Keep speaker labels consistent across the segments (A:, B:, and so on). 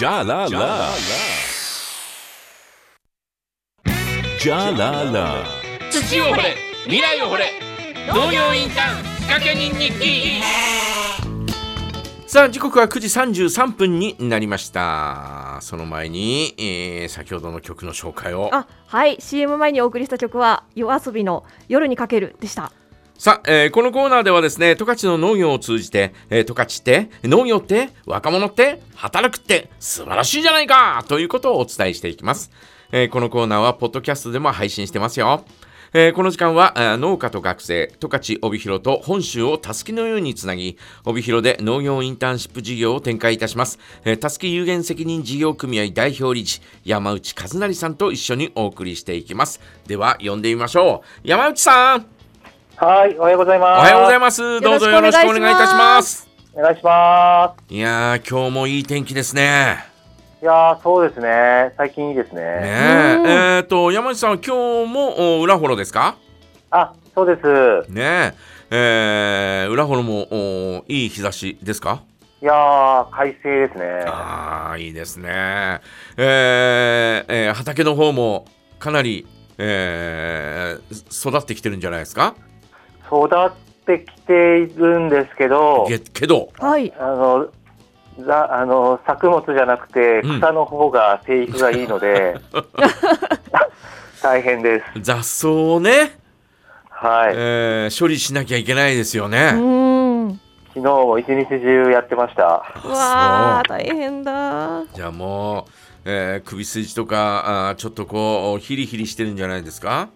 A: Ja la la. Ja la la.
B: 土を掘れ未来を掘れ農業インターン仕掛け人日記
C: さあ時刻は9時33分になりましたその前に、えー先ほどの曲の紹介を
D: あはい CM 前にお送りした曲は夜遊びの夜にかけるでした
C: さあ、えーこのコーナーではですね十勝の農業を通じてえー十勝、って農業って若者って働くって素晴らしいじゃないかということをお伝えしていきます、えーこのコーナーはポッドキャストでも配信してますよえーこの時間はあー農家と学生十勝帯広と本州をたすきのようにつなぎ帯広で農業インターンシップ事業を展開いたしますえーたすき有限責任事業組合代表理事山内和成さんと一緒にお送りしていきますでは呼んでみましょう山内さん
E: はい、おはようございます。
C: おはようございます。どうぞよろしくお願いいたします。
E: お願いしま
C: いやー、今日もいい天気ですね。
E: す。いやー、そうですね。最近いいですね。
C: ねえ、
D: うん
C: えーと、山内さんは今日もお裏幌ですか
E: あ、そうです。
C: ねえ、えー、裏幌もおいい日差しですか
E: いやー、快晴ですね。
C: ああ、いいですね。えーえー畑の方もかなり、えー育ってきてるんじゃないですか
E: 育ってきているんですけど、
C: けけど、
D: はい
E: あの、ざあの作物じゃなくて
C: うん
E: 草の方が生育がいいので、 大変です。
C: 雑草をね、
E: はい。
C: えー処理しなきゃいけないですよ
D: うー
C: ね。
D: ん
E: 昨日も一日中やってました。
C: そう
D: わあ大変 だ
C: じゃあもう、えー首筋とかあーちょっとこうヒリヒリしてるんじゃないですか、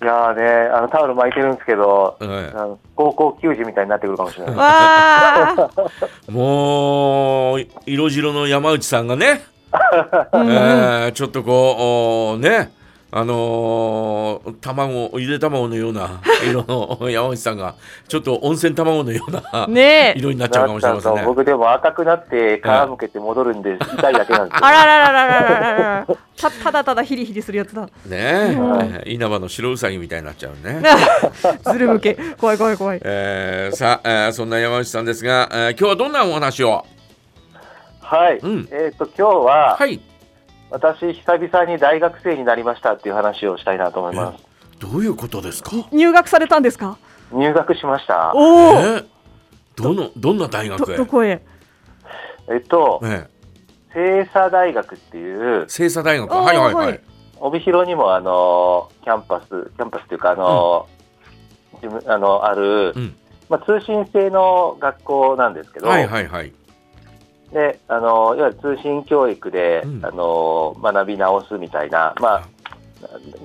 E: いやーね、あのタオル巻いてるんですけど、
C: え
E: あの高校球児みたいになってくるかもしれない。
D: わ
C: えもう色白の山内さんがね、
D: あ、うん
C: え
D: うん
C: ーちょっとこうおーねあのー卵ゆで卵のような色の山内さんがちょっと温泉卵のような、
D: ねえ
C: 色になっちゃうか
E: な
C: も
E: っ
C: しれ
E: た
C: ま
E: ん
C: せん
E: か
C: ね。
E: 僕でも赤くなって皮むけて戻るんで痛いだけなんですよ
D: あららららららららたただただヒリヒリするやつだ
C: ねえ
D: うん
C: えー稲葉の白うさぎみたいになっちゃうね。
D: ずるむけ怖い怖い怖い
C: えーさあ、えーそんな山内さんですが、えー今日はどんなお話を
E: はい、
C: うん
E: えっ、と今日は、
C: はい
E: 私久々に大学生になりましたっていう話をしたいなと思います
C: どういうことですか
D: 入学されたんですか
E: 入学しました
D: おお
C: えどのどんな大
D: ど
C: 学へ
D: どこへ
E: えっと
C: ええ
E: 星佐大学っていう
C: 清査大学
D: あー
C: はいはいは
D: はいい
E: 帯広にもあのキャンパスキャンパスっていうかあの、事務あのある、
C: うん
E: まあ、通信制の学校なんですけど、
C: はいはいはい
E: であのいわゆる通信教育で、
C: うん
E: あの学び直すみたいな、まあ、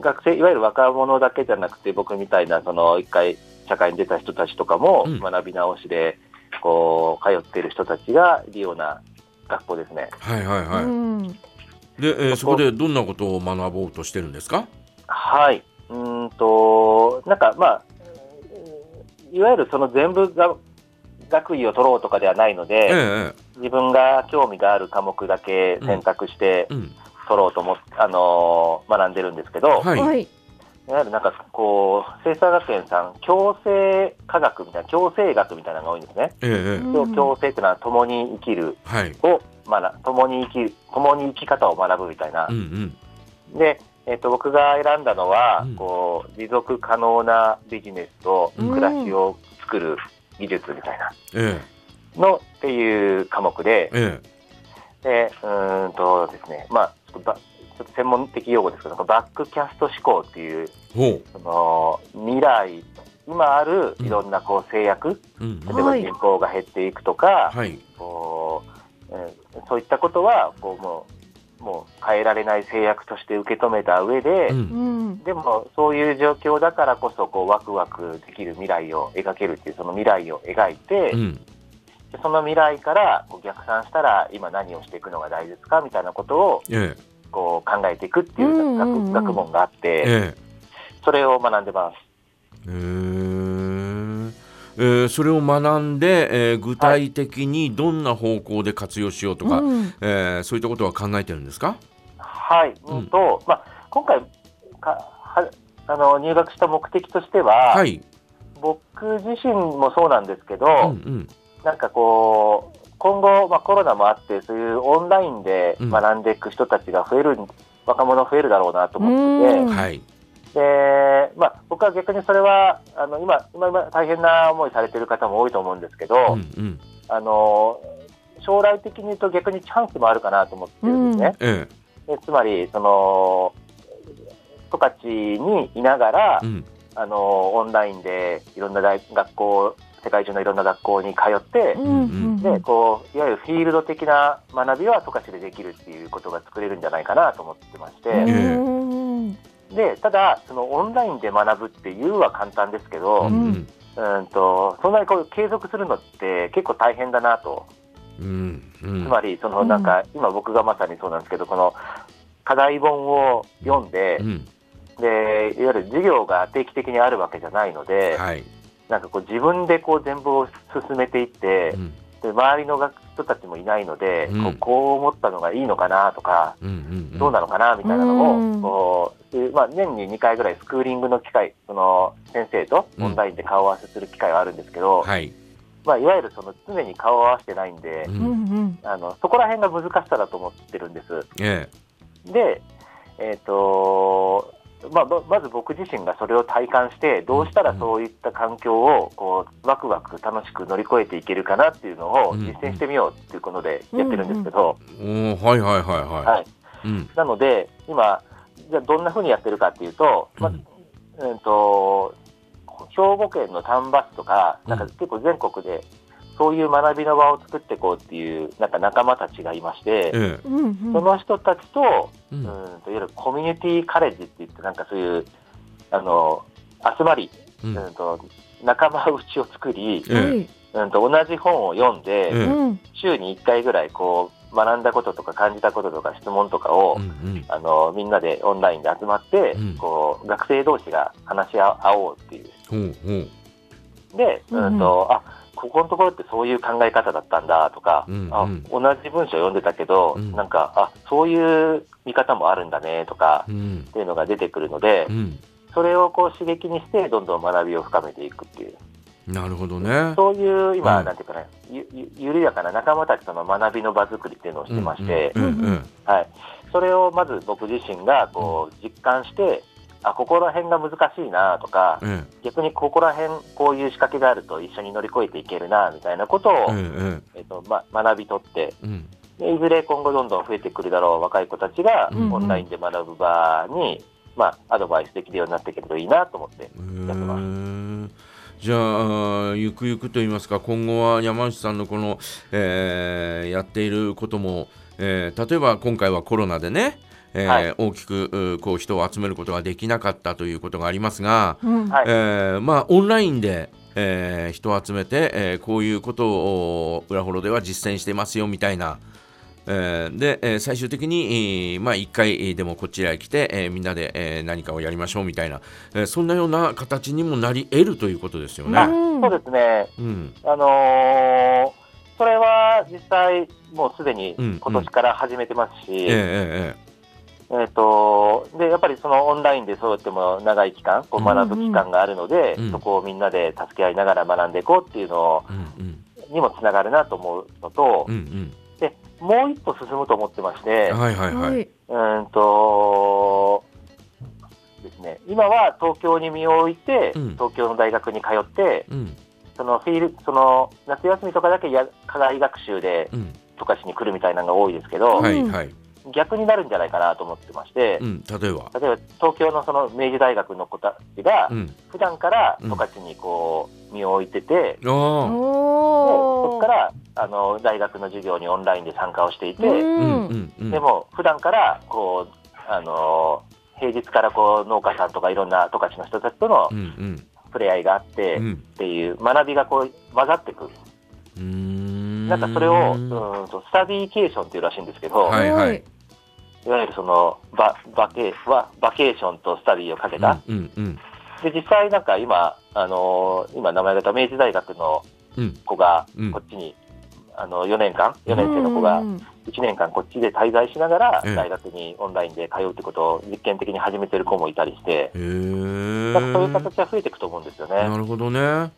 E: 学生いわゆる若者だけじゃなくて僕みたいなその一回社会に出た人たちとかも
C: うん
E: 学び直しで、こう通っている人たちがいるような学校ですね。
C: はいはいうは
D: ん
C: いで、えーそ
E: そこ
C: こでどんなことを学ぼうとしてるんですか
E: はい、うーんとなんかまあいわゆるその全部が学位を取ろうとかではないの
C: ええ
E: で、
C: え
E: 自分が興味がある科目だけ選択して
C: えうん
E: 取ろうと思って、あのー学んでるんですけど、
C: はい
D: は
C: はい
D: い
E: いわゆるなんかこう、清査学園さん、共生科学みたいな、共生学みたいなのが多いんですね。
C: ええええ
D: うん
E: 共生ってのは、共に生きる
C: はい
E: を学ぶ、共に生き、共に生き方を学ぶみたいな
C: うんう。ん
E: で、えっと、僕が選んだのは、
C: うん
E: こう、持続可能なビジネスと
C: うん
E: 暮らしを作る技術みたいな
C: え
E: のっていう科目で
C: え、え
E: で、うーんとですね、まあ、ちょっとばちょっと専門的用語ですけど、バックキャスト思考っていう、
C: えほ
E: その未来今あるいろんなこう制約、
C: ううんうん
E: 例えば
D: はい
E: 人口が減っていくとか、
C: はい
E: こうえーそういったことはこうもうもう変えられない制約として受け止めた上で、
C: う
D: うんん
E: でもそういう状況だからこそこうワクワクできる未来を描けるっていうその未来を描いて、
C: うん
E: でその未来からこう逆算したら今何をしていくのが大事ですかみたいなことを
C: ええ
E: こう考えていくっていう学,、
D: うんうんうん
E: 学問があって、
C: ええ
E: それを学んでます。
C: ええええそれを学んで、えー具体的にどんな方向で活用しようとか、
D: うん
C: えーそういったことは考えてるんですか
E: はい、
C: うん
E: うんと、まあ、今回かはあの入学した目的としては、
C: はい、
E: 僕自身もそうなんですけど、
C: うんうん
E: なんかこう今後、まあ、コロナもあって、そういうオンラインで
C: うん
E: 学んでいく人たちが増える、若者増えるだろうなと思ってて
D: う、ん
C: はい。
E: で、まあ、僕は逆にそれは、あの、今、今、今大変な思いされてる方も多いと思うんですけど、
C: うんうん。
E: あの、将来的に言うと逆にチャンスもあるかなと思ってるんですね。
C: え
E: でつまり、その、十勝にいながら、
C: え。うん。
E: あの、オンラインでいろんな大学校、世界中のいろんな学校に通って、
D: うんうん
E: でこういわゆるフィールド的な学びは十勝でできるっていうことが作れるんじゃないかなと思ってまし
D: うん
E: て、
D: うん
E: でただそのオンラインで学ぶっていうは簡単ですけ
C: う
E: ど、
C: んうん。
E: うんとそんなにこう継続するのって結構大変だなと、
C: うんうん
E: つ。まりそのなんか今僕がまさにそうなんですけどこの課題本を読んで
C: う、ん。
E: でいわゆる授業が定期的にあるわけじゃないので、
C: はい。
E: なんかこう自分でこう全部を進めていって、
C: うん
E: で周りの学人たちもいないので、
C: うん
E: こうこう思ったのがいいのかなとか、
C: うんうん。
E: どうなのかなみたいなのも、
D: うん
E: こうでまあ、年に2回ぐらいスクーリングの機会その先生とオンラインで顔合わせする機会はあるんですけど、
C: はい。
E: まあ、いわゆるその常に顔を合わせてないんで、
C: うん
D: うんうん
E: あのそこら辺が難しさだと思ってるんです。
C: え
E: で、えーとまあ、ままず僕自身がそれを体感してどうしたらそういった環境をこうワクワク楽しく乗り越えていけるかなっていうのを
C: うん
E: 実践してみようっていうことでやってるんですけど、
C: え。おおはいはいはい
E: は、
C: はいい。うん。
E: なので今じゃあどんなふうにやってるかっていうと,、ま
C: うん
E: あうん、と兵庫県の丹波市とかなんか
C: うん
E: 結構全国でそういう学びの場を作っていこうっていうなんか仲間たちがいまして。
C: え
D: うんうん
E: その人たちと
C: え。
E: う
C: う
E: ん
C: ん。
E: といわゆるコミュニティカレッジって言って、なんかそういう、あの、集まり、
C: う
E: うん
C: ん。
E: と仲間内を作り、
C: ええ。
D: はい
E: うんと同じ本を読ん
C: え
E: で、
C: え
D: うん
E: 週に1回ぐらい、こう、学んだこととか感じたこととか質問とかを、
C: うんうん。
E: あの、みんなでオンラインで集まって、
C: うん
E: こう、学生同士が話し合合おうっていう。
C: ほうほう。
E: で、うんと、あ、ここのところってそういう考え方だったんだとか、
C: うん
E: あ
C: うん
E: 同じ文章読んでたけど、
C: うん
E: なんか、あ、そういう見方もあるんだねとか、
C: うん
E: っ。ていうのが出てくるので
C: う、ん。
E: それをこう刺激にして、どんどん学びを深めていくっていう、
C: なるほどね。
E: そういう今、
C: うん
E: なんていうかね、ゆゆ緩やかな仲間たちとの学びの場作りっていうのをしてまして、
C: うんうんうん
E: はい、それをまず僕自身がこう実感して、あここら辺が難しいなとか、
C: ええ
E: 逆にここら辺、こういう仕掛けがあると一緒に乗り越えていけるなみたいなことを、
C: ええ
E: えっとま、学び取って
C: ええうん
E: でいずれ今後どんどん増えてくるだろう若い子たちが
C: うんうん
E: オンラインで学ぶ場に、まあ、アドバイスできるようになっていけるといいなと思って
C: へ
E: やってます。
C: ーじゃあゆくゆくと言いますか今後は山内さんのこの、えーやっていることも、えー例えば今回はコロナでね、えー
E: はい
C: 大きくうーこう人を集めることができなかったということがありますが、
D: うん
E: はい
C: えーまあ、オンラインで、えー人を集めて、えーこういうことを裏幌では実践してますよみたいな。えーで、えー最終的に、えーまあ、1回えーでもこちらへ来て、えーみんなで、えー何かをやりましょうみたいな、えーそんなような形にもなり得るということですよね。
E: まあ、
D: うん
E: そうですね、
C: うん
E: あのーそれは実際、もうすでに今年から始めてますし、
C: え
E: え
C: え
E: ーとでやっぱりそのオンラインでそうやっても長い期間、こう学ぶ期間があるので、
C: うん
E: そこをみんなで助け合いながら学んでいこうっていうの
C: えええうん
E: にもつながるなと思うのと、
C: うんうん
E: でもう一歩進むと思ってまして
C: うん、はいはいはい。
D: はい
E: うんとですね、今は東京に身を置いて、
C: うん
E: 東京の大学に通って、
C: うん
E: そのフィールその夏休みとかだけや課外学習で
C: うん
E: 十勝に来るみたいなのが多いですけど、
C: はいはい。
E: 逆になるんじゃないかなと思ってまして、
C: うん例えば。
E: 例えば東京のその明治大学の子たちが
C: う、ん、
E: 普段から
C: うん
E: 十勝にこう身を置いてて、で
C: あ
E: そ
D: おー
E: こからあの大学の授業にオンラインで参加をしていて、
C: あ。
D: うん
C: うんうん
E: でも普段からこうあの平日からこう農家さんとかいろんな十勝の人たちとの
C: うんうん
E: 触れ合いがあって、っ
C: うん
E: ていう学びがこう混ざってくる。
C: うーん
E: なんかそれを、うーんとスタディケーションっていうらしいんですけど、
C: はいはい
D: はい
E: い、わゆるそのババケはバケーションとスタディをかけた、
C: うんうん
E: で実際なんか今、あのー今名前が出た明治大学の
C: うん
E: 子が
C: うん
E: こっちに、あの4年間4年生の子が
D: うん
E: 1年間こっちで滞在しながら
C: ええ
E: 大学にオンラインで通うってことを実験的に始めてる子もいたりして、
C: うんへえ
E: なんかそういう形は増えていくと思うんですよね。
C: なるほどね
E: はい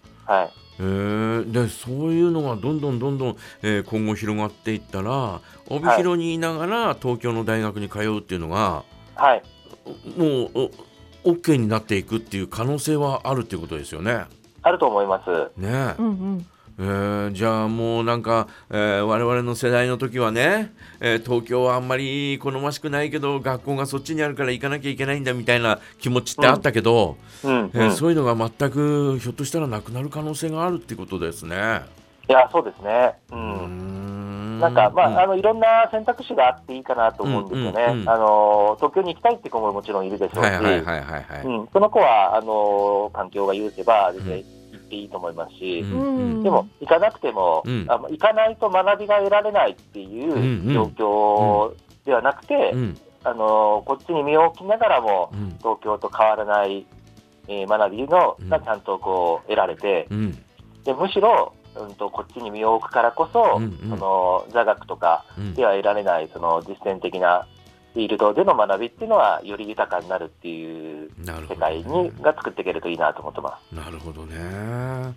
C: えーでそういうのがどんどんどんどん、えー今後広がっていったら帯広にいながら東京の大学に通うっていうのが
E: はい、
C: もうお OK になっていくっていう可能性はあるっていうことですよね。
E: あると思います。
C: ねえ
D: うんうん。
C: えーじゃあもうなんか、えー我々の世代の時はね、えー東京はあんまり好ましくないけど学校がそっちにあるから行かなきゃいけないんだみたいな気持ちってあったけど、
E: うん、
C: え
E: う
C: ー
E: ん。
C: そういうのが全くひょっとしたらなくなる可能性があるってことですね。
E: いや、そうですね。う
C: うー
E: ん。
C: ん
E: なんか、ま
C: うん
E: あ、あの、いろんな選択肢があっていいかなと思うんですよね。
C: うんうんうん
E: あの、東京に行きたいって子ももちろんいるでしょうし、
C: はいはいはいはいはい。
E: うん、その子は、あの、環境が許せば、全然行っていいと思いますし、
C: うん
D: うん
E: でも、行かなくても、
C: うん
E: あの行かないと学びが得られないって
C: んう
E: い
C: ん
E: う状況ではなくて、
C: うん
E: あのこっちに身を置きながらも、
C: うん
E: 東京と変わらない、えー学びの
C: うん
E: がちゃんとこう得られて、
C: うん
E: でむしろ、うん、とこっちに身を置くからこそ、
C: うんうん
E: その座学とか
C: うん
E: では得られないその実践的なフィールドでの学びっていうのはより豊かになるっていう
C: なるほ
E: 世
C: ど
E: 界
C: ね
E: にが作っていけるといいなと思ってます。
C: なるほどね。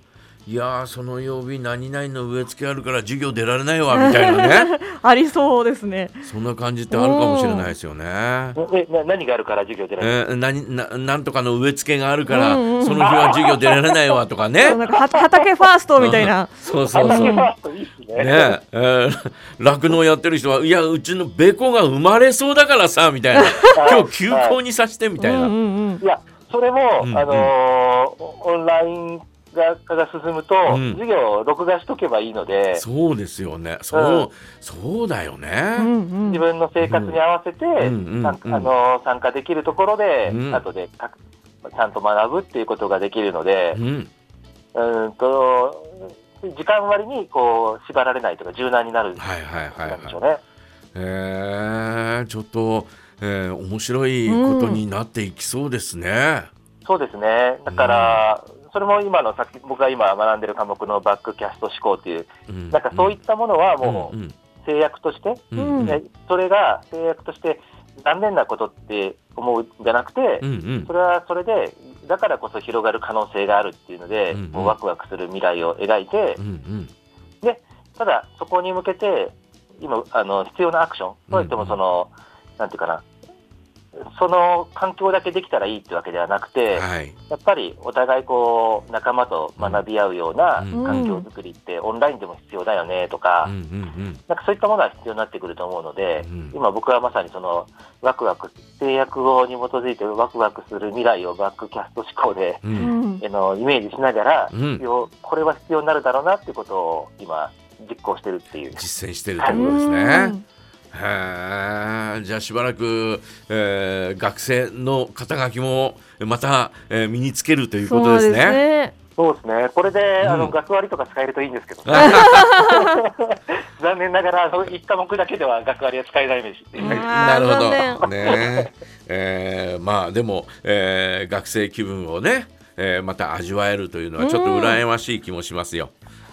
C: いやーその曜日何々の植え付けあるから授業出られないわみたいなね
D: ありそうですね。
C: そんな感じってあるかもしれないですよね。
E: えな何があるから授業出られる、
C: えー、何ななんとかの植え付けがあるから、
D: うんうん
C: その日は授業出られないわとかね。
D: なんかは畑ファーストみたいな。
C: そうそうそう。ね
E: あいいっすね
C: ええー酪農、やってる人はいやうちのべこが生まれそうだからさみたい な今日休校にさしてみ
D: う
C: たい
D: んう
C: な。
D: んうん
E: い。や、それも、
C: うん
E: あのーオンライン化が進むと、
C: うん
E: 授業を録画しとけばいいので、
C: そうですよね。そう、そうだよね。
D: うん
E: 自分の生活に合わせて、
C: んうん
E: 参
C: うん
E: あのー参加できるところで、
C: うん
E: 後でかちゃんと学ぶっていうことができるので
C: う、ん、
E: うーんと、時間割にこう縛られないとか、柔軟になるんで
C: はいはいはいはい
E: しょ。うね。
C: えー、ちょっと、えー、面白いことになっていきそうですね。
E: そうですね。だから、それも今のさっき僕が今学んでる科目のバックキャスト思考っていう、
C: うん
E: なんかそういったものはも
C: うん
E: う
C: うん
E: 制約として、
C: うんうん
E: えそれが制約として残念なことって思うんじゃなくて、
C: うんうん
E: それはそれで、だからこそ広がる可能性があるっていうので、
C: うんうん
E: もうワクワクする未来を描いて、
C: うんうん
E: ただそこに向けて、今、あの必要なアクション、といってもその、なんていうかな、その環境だけできたらいいってわけではなくて、
C: はい
E: やっぱりお互いこう仲間と学び合うような
C: うん
E: 環境づくりって、オンラインでも必要だよねとか。
C: うんうん
E: なんかそういったものは必要になってくると思うので、
C: うん
E: 今僕はまさにそのワクワク制約語に基づいてワクワクする未来をバックキャスト思考で、
C: う
D: うん
C: うん
D: ん。
E: あのイメージしながら、
C: うん
E: 必要これは必要になるだろうなっていうことを今実行してるっていう。
C: 実践してるということですね。へーじゃあしばらく、えー、学生の肩書きもまた、えー、身につけるというこ
D: そ
C: と
D: う
C: です
D: です
C: ね。
D: ね。
E: そうですね。これで、
C: ん
E: あの学割とか使えるといいんですけど、残念ながらあの一科目だけでは学割は使えないです。
D: う ん
C: なるほ
D: あー残
C: ど。ねえーまあでも、えー学生気分をね、えーまた味わえるというのはちょっと羨ましい気もしますよ。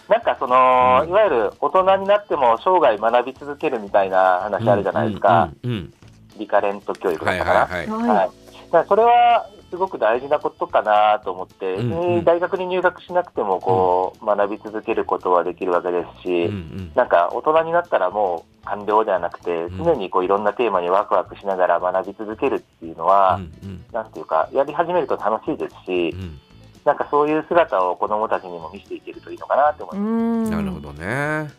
E: なんかその、
C: うん
E: いわゆる大人になっても生涯学び続けるみたいな話あるじゃないですか。
C: うんうん
E: リカレント教育
C: うんは
E: だ
C: い
E: ったかな。
C: はいはい。
E: は、
D: は
E: だ
D: い。
E: からそれはすごく大事なことかなと思って、
C: うんうん
E: 別に大学に入学しなくてもこう、学び続けることはできるわけですし、
C: うんうん
E: なんか大人になったらもう完了ではなくて、
C: ん
E: 常にこういろんなテーマにワクワクしながら学び続けるっていうのは、
C: うん
E: なんていうか、やり始めると楽しいですし、
C: うん
E: なんかそういう姿を子どもたちにも見せていけるといいのかなと思います。
C: うんんなるほ。どね。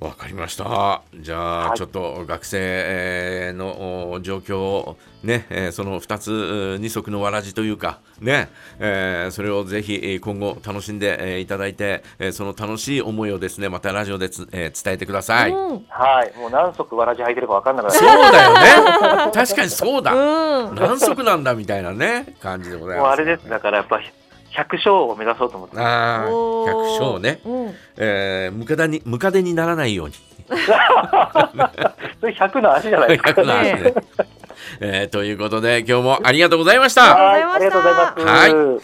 C: わかりました。じゃあ、
E: はい
C: ちょっと学生えーのお状況をね、えーその2つう二足のわらじというかね、えーそれをぜひえー今後楽しんでえーいただいて、えーその楽しい思いをですね、またラジオでつえー伝えてください。
D: う。
C: そうん
D: う
E: はい、もう何足わらじ履いてるかわかんなくなる。
C: だよね。確かにそうだ。
D: ん。
C: 何足なんだみたいなね感じでござい
E: もう
C: ます。
E: あれです、だからやっぱ100勝を目指そうと思ってます。
C: ああ、
D: おー
C: 百姓ね。
D: うん。
C: えー、ムカデにムカデにならないように。
E: それ100の足じゃないですか。
C: 100の話 で。えーということで今日もありがとうございまし
D: は
C: た。
E: はいありがとうございます。
C: はい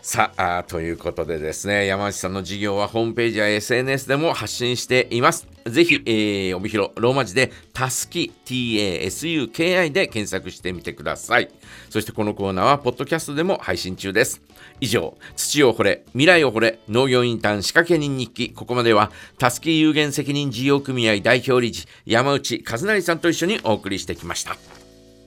C: さああーということでですね山内さんの事業はホームページや SNS でも発信していますぜひ、えー帯広ローマ字で「たすき TASUKI」で検索してみてくださいそしてこのコーナーはポッドキャストでも配信中です以上土を掘れ未来を掘れ農業インターン仕掛け人日記ここまではたすき有限責任事業組合代表理事山内和成さんと一緒にお送りしてきました